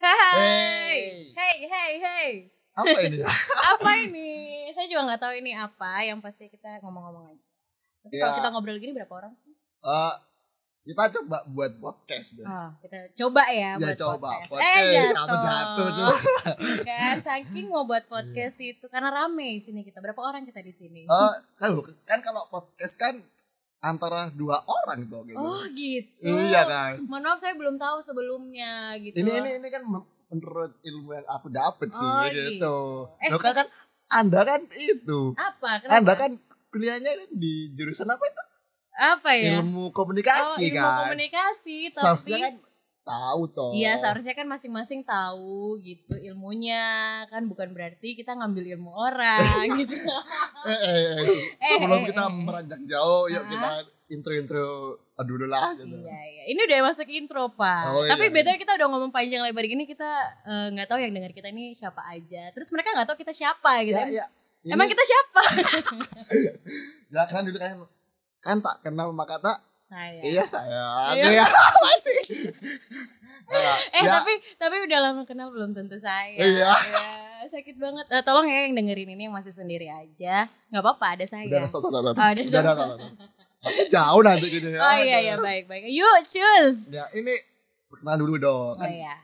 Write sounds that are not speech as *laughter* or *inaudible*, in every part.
Hai, hey, hey, hey. Apa ini ya? Apa ini? Saya juga nggak tahu ini apa. Yang pasti kita ngomong-ngomong aja. Tapi kalau Ya. kita ngobrol gini berapa orang sih? Eh, kita coba buat podcast deh. Ah, kita coba ya, ya buat coba podcast. podcast. eh Apa jatuh. jatuh *laughs* tuh? Iya. kan saking mau buat podcast itu karena rame di sini kita. Berapa orang kita di sini? Eh, kan, kan kalau podcast kan antara dua orang tuh gitu. Oh gitu. Iya kan. Mohon maaf saya belum tahu sebelumnya gitu. Ini ini ini kan mem- menurut ilmu yang aku dapat sih Oh, gitu. gitu. Eh. Loh, kan kan Anda kan itu. apa? Kenapa? Anda kan kuliahnya di jurusan apa itu? apa ya? oh, Ilmu komunikasi ilmu kan. komunikasi tapi Seharusnya kan tahu toh. Iya seharusnya kan masing-masing tahu gitu ilmunya kan bukan berarti kita ngambil ilmu orang *laughs* gitu. Eh, eh, eh. Sebelum eh, kita eh, eh. meranjak jauh, yuk Ah. kita intro-intro dulu lah gitu. iya iya. Ini udah masuk intro pak. Oh, Tapi iya. bedanya kita udah ngomong panjang lebar gini kita eh, nggak tahu yang dengar kita ini siapa aja. Terus mereka nggak tahu kita siapa gitu. Ya, kan. ya. Ini- Emang kita *laughs* siapa? Ya, kan dulu kan kan tak kenal maka tak Saya. iya saya. Iya. *laughs* Iya, apa sih? Ya, Eh ya, tapi tapi udah lama kenal belum tentu saya. Iya. Ya, sakit banget. Eh, tolong ya yang dengerin ini yang masih sendiri aja. nggak apa-apa ada saya. udah stop stop stop. stop. Oh, udah Udah stop. udah, stop, stop. Tapi jauh nanti gitu ya. Oh iya iya baik baik. Yuk cus. Ya, ini kenal dulu dong. Oh iya.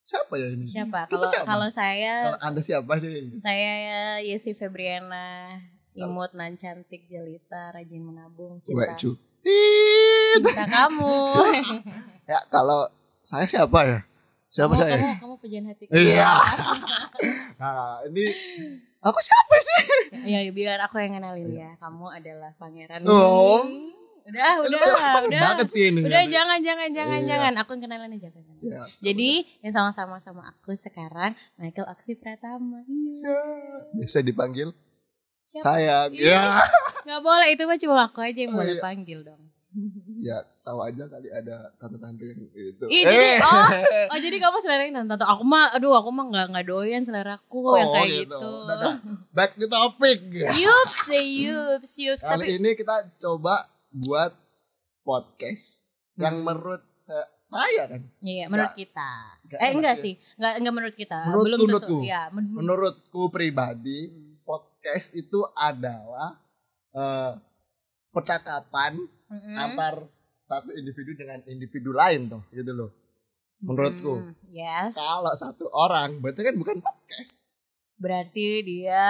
Siapa ya ini? Siapa? Iya, Kita Kalau siapa? kalau saya Kalau Anda siapa nih? saya Yesi Febriana imut nan cantik jelita rajin menabung Gue cinta cuy. cinta *laughs* kamu. Ya, kalau saya siapa ya? Siapa kamu, saya? kamu kamu pujian hatiku. Iya. *laughs* Nah, ini aku siapa sih? Ya, ya, biar aku yang kenalin ya. Kamu adalah pangeran. Iya. Oh. Udah, Ini udah, banyak udah. banget sih ini. Udah jangan jangan jangan Iya. jangan aku yang kenalan aja aku yang kenalan. Ya, Jadi yang sama-sama sama aku sekarang Michael Aksi Pratama. Iya. ya, biasa dipanggil Siapa? sayang. Iya. Ya, Nggak boleh itu mah cuma aku aja yang Oh, boleh iya. panggil dong. ya tahu aja kali ada tante-tante yang itu. Eh. Ih, jadi- *laughs* oh, Oh jadi kamu selera yang nonton aku mah aduh aku mah nggak nggak doyan selera aku yang kayak gitu. Oh, Udah, udah. Back to topic. Yups, yups, yups. Kali Tapi ini kita coba buat podcast Hmm. yang menurut saya, saya kan, iya menurut kita. nggak eh enak enggak sih. sih, enggak enggak menurut kita. Menurutku, Belum tentu. menurutku. Iya, men- menurutku pribadi podcast itu adalah eh, percakapan Mm-mm. antar satu individu dengan individu lain tuh gitu loh menurutku Mm, Yes. kalau satu orang berarti kan bukan podcast Berarti dia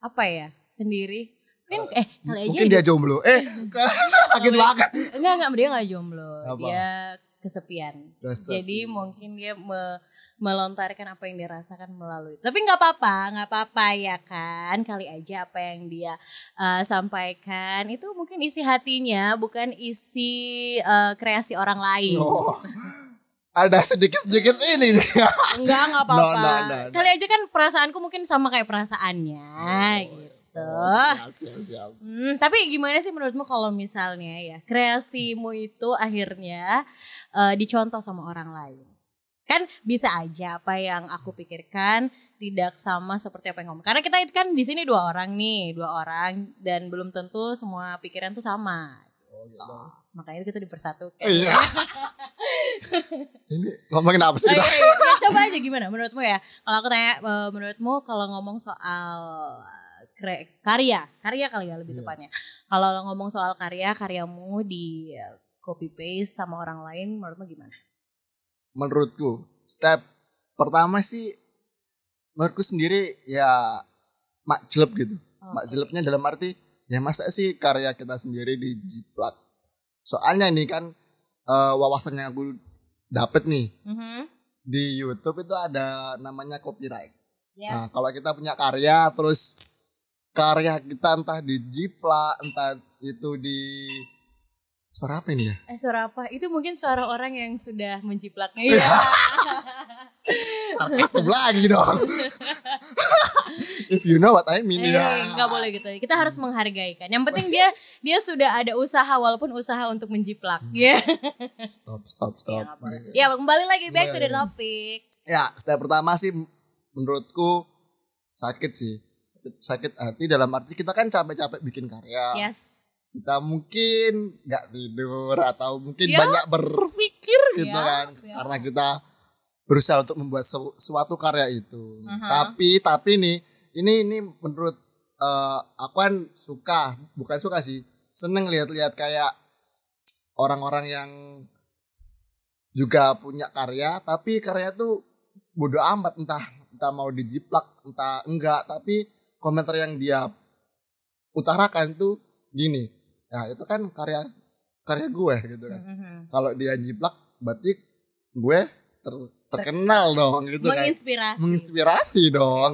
apa ya? Sendiri. Mungkin eh kali aja mungkin dia jomblo eh *laughs* sakit banget enggak enggak dia enggak jomblo. Apa? Dia kesepian. Kesepian. Jadi mungkin dia me- melontarkan apa yang dia rasakan melalui. Tapi nggak apa-apa, nggak apa-apa ya kan. Kali aja apa yang dia eh, sampaikan itu mungkin isi hatinya, bukan isi eh, kreasi orang lain. oh, ada sedikit sedikit ini nih *laughs* Enggak, nggak apa-apa. No, no, no, no. Kali aja kan perasaanku mungkin sama kayak perasaannya Oh, gitu. siap siap siap Hmm, tapi gimana sih menurutmu kalau misalnya ya kreasimu itu akhirnya eh, dicontoh sama orang lain? Kan bisa aja apa yang aku pikirkan tidak sama seperti apa yang kamu. Karena kita kan di sini dua orang nih, dua orang dan belum tentu semua pikiran tuh sama. Oh, gitu. Toh, makanya kita dipersatukan. *laughs* iya ini ngomongin apa sih Oh, kita *laughs* iya, iya. Ya, coba aja gimana menurutmu ya? Kalau aku tanya eh, menurutmu kalau ngomong soal eh, kre- karya, karya kali ya lebih Iya. tepatnya. Kalau lo ngomong soal karya, karyamu di eh, copy paste sama orang lain menurutmu gimana? menurutku step pertama sih menurutku sendiri ya makjleb gitu Oh, makjlebnya dalam arti ya masa sih karya kita sendiri dijiplak soalnya ini kan eh, wawasan yang aku dapet nih Mhm. di YouTube itu ada namanya copyright Yes. nah kalau kita punya karya terus karya kita entah dijiplak entah itu di suara apa ini ya Eh suara apa? Itu mungkin suara orang yang sudah *laughs* menjiplaknya. Iya. sarkasm lagi dong if you know what I mean Eh, ya nggak boleh gitu. Kita harus Hmm. menghargai kan. Yang penting dia dia sudah ada usaha walaupun usaha untuk menjiplak. Hmm. Iya. stop stop Ya, stop nggak boleh. Ya, kembali lagi back to the topic. ya step pertama sih m- menurutku sakit sih Sakit- sakit hati dalam arti kita kan capek-capek bikin karya Yes. kita mungkin nggak tidur atau mungkin Ya. banyak berpikir gitu Ya, kan ya. karena kita berusaha untuk membuat su- suatu karya itu. Aha. Tapi tapi nih ini ini menurut eh, aku kan suka bukan suka sih seneng lihat-lihat kayak orang-orang yang juga punya karya tapi karya tuh bodo amat entah entah mau dijiplak entah enggak tapi komentar yang dia utarakan tuh gini ya itu kan karya karya gue gitu kan Mhm. kalau dia jiplak berarti gue ter- terkenal dong gitu kan Menginspirasi. *laughs* menginspirasi dong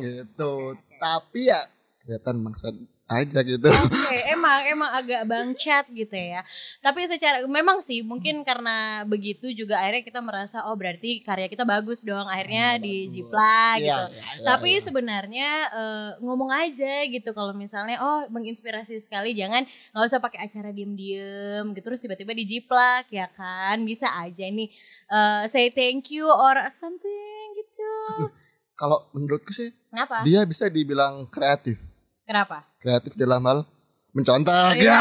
Oke, gitu oke. tapi ya kelihatan maksud aja gitu Oke, emang emang agak bangcat gitu ya. Tapi secara memang sih mungkin karena begitu juga akhirnya kita merasa oh berarti karya kita bagus dong akhirnya Hmm, Bagus. dijiplak *laughs* Iya, gitu. iya, iya, Tapi iya. sebenarnya eh, ngomong aja gitu kalau misalnya oh menginspirasi sekali jangan nggak usah pakai acara diem-diem gitu terus tiba-tiba dijiplak ya kan bisa aja nih eh, say thank you or something *laughs* gitu. kalau menurutku sih Kenapa? dia bisa dibilang kreatif Kenapa? kreatif dalam hal mencontoh Iya. ya.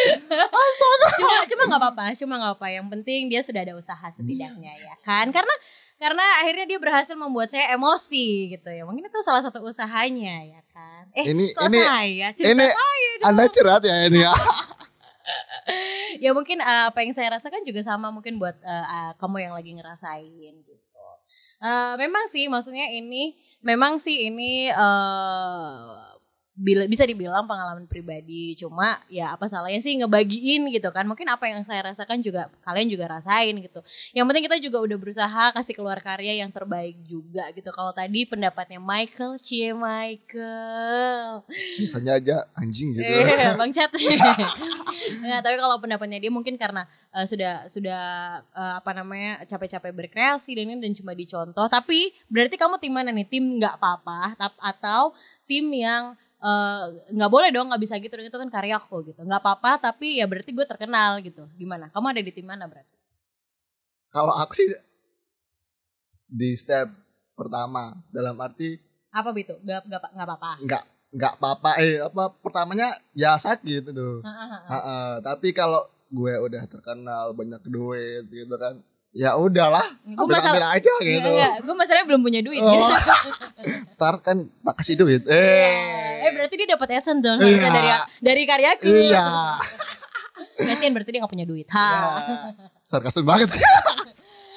cuma cuma nggak apa-apa cuma nggak apa yang penting dia sudah ada usaha setidaknya ya kan karena karena akhirnya dia berhasil membuat saya emosi gitu ya mungkin itu salah satu usahanya ya kan eh Ini- kok ini- saya cerita ini saya anda curhat ya ini ya *laughs* *laughs* ya mungkin eh, apa yang saya rasakan juga sama mungkin buat eh, eh, kamu yang lagi ngerasain gitu. Eh, memang sih maksudnya ini memang sih ini eh, bila- bisa dibilang pengalaman pribadi cuma ya apa salahnya sih ngebagiin gitu kan mungkin apa yang saya rasakan juga kalian juga rasain gitu yang penting kita juga udah berusaha kasih keluar karya yang terbaik juga gitu kalau tadi pendapatnya Michael cie Michael hanya aja anjing gitu *laughs* Eh, Bang Chat. Nggak, tapi kalau pendapatnya dia mungkin karena eh, sudah sudah eh, apa namanya capek-capek berkreasi dan ini dan cuma dicontoh. Tapi berarti kamu tim mana nih? Tim nggak apa-apa tap- atau tim yang eh, nggak boleh dong nggak bisa gitu dong, itu kan karyaku gitu. Nggak apa-apa tapi ya berarti gue terkenal gitu. Gimana? Kamu ada di tim mana berarti? kalau aku sih di step pertama dalam arti Apa itu? Nggak nggak apa- nggak apa-apa. nggak nggak apa-apa eh apa pertamanya ya sakit itu Heeh, tapi kalau gue udah terkenal banyak duit gitu kan ya udahlah Gue ambil ambil aja Nggak, gitu nggak. Gue masalahnya belum punya duit. *laughs* Oh. ntar kan tak kasih duit eh Eh berarti dia dapat adsense dong Iya. harusnya dari dari karyaku. iya Kasian berarti dia gak punya duit. Ya. Ha, sarkasen banget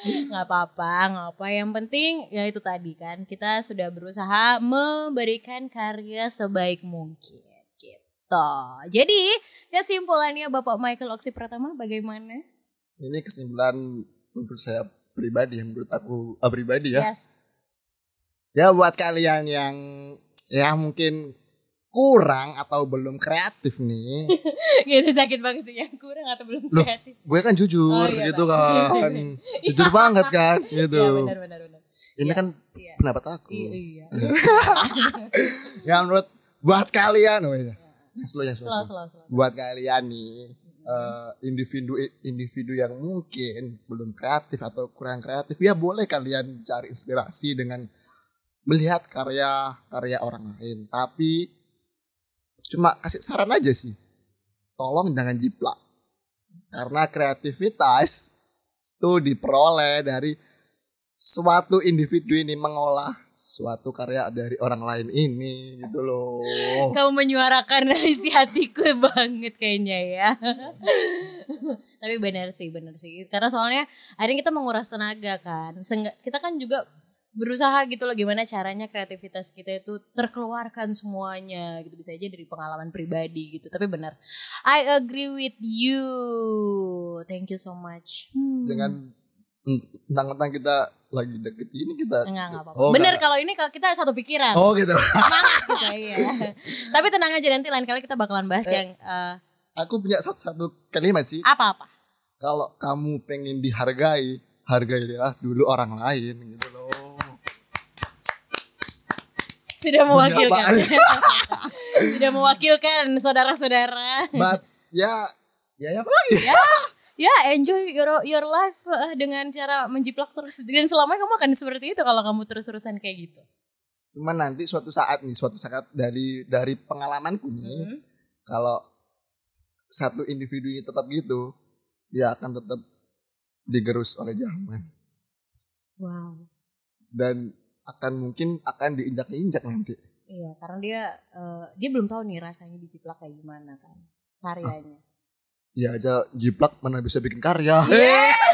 nggak apa-apa, nggak apa. Yang penting ya itu tadi kan kita sudah berusaha memberikan karya sebaik mungkin gitu. Jadi kesimpulannya Bapak Michael Oksi Pratama bagaimana? ini kesimpulan menurut saya pribadi menurut aku eh, pribadi ya Yes. *laughs* ya buat kalian yang ya mungkin kurang atau belum kreatif nih gitu sakit banget sih yang kurang atau belum Loh, kreatif. gue kan jujur Oh, *laughs* iya, gitu Bang. kan jujur banget kan gitu Ya benar benar benar. ini kan Iya. pendapat aku Iya, iya. ya menurut buat kalian oh, iya. Slow ya, slow, Slow slow. slow slow. buat kalian nih eh, individu individu yang mungkin belum kreatif atau kurang kreatif ya boleh kalian cari inspirasi dengan melihat karya karya orang lain tapi cuma kasih saran aja sih tolong jangan jiplak karena kreativitas itu diperoleh dari suatu individu ini mengolah suatu karya dari orang lain ini gitu loh Kamu menyuarakan *laughs* isi hatiku banget kayaknya ya. *laughs* Tapi benar sih, benar sih. Karena soalnya akhirnya kita menguras tenaga kan. Sengga- kita kan juga berusaha gitu loh gimana caranya kreativitas kita itu terkeluarkan semuanya gitu bisa aja dari pengalaman pribadi gitu tapi benar I agree with you thank you so much Hmm. dengan Ya kan? tentang-tentang kita lagi deket ini kita enggak enggak apa-apa Oh, benar enggak. kalau ini kalau kita satu pikiran oh gitu *laughs* semangat kita, iya. *laughs* tapi tenang aja nanti lain kali kita bakalan bahas yang eh, aku punya satu satu kalimat sih apa-apa kalau kamu pengen dihargai hargailah dulu orang lain gitu *laughs* loh sudah mewakilkan Enggak, *laughs* sudah mewakilkan saudara-saudara but ya ya ya apa lagi ya ya enjoy your your life eh, dengan cara menjiplak terus dan selamanya kamu akan seperti itu kalau kamu terus-terusan kayak gitu cuman nanti suatu saat nih suatu saat dari dari pengalamanku nih Mhm. kalau satu individu ini tetap gitu dia akan tetap digerus oleh zaman Wow. dan akan mungkin akan diinjak-injak nanti. Iya, karena dia eh, dia belum tahu nih rasanya dijiplak kayak gimana kan karyanya. Ya aja jiplak mana bisa bikin karya. Yes.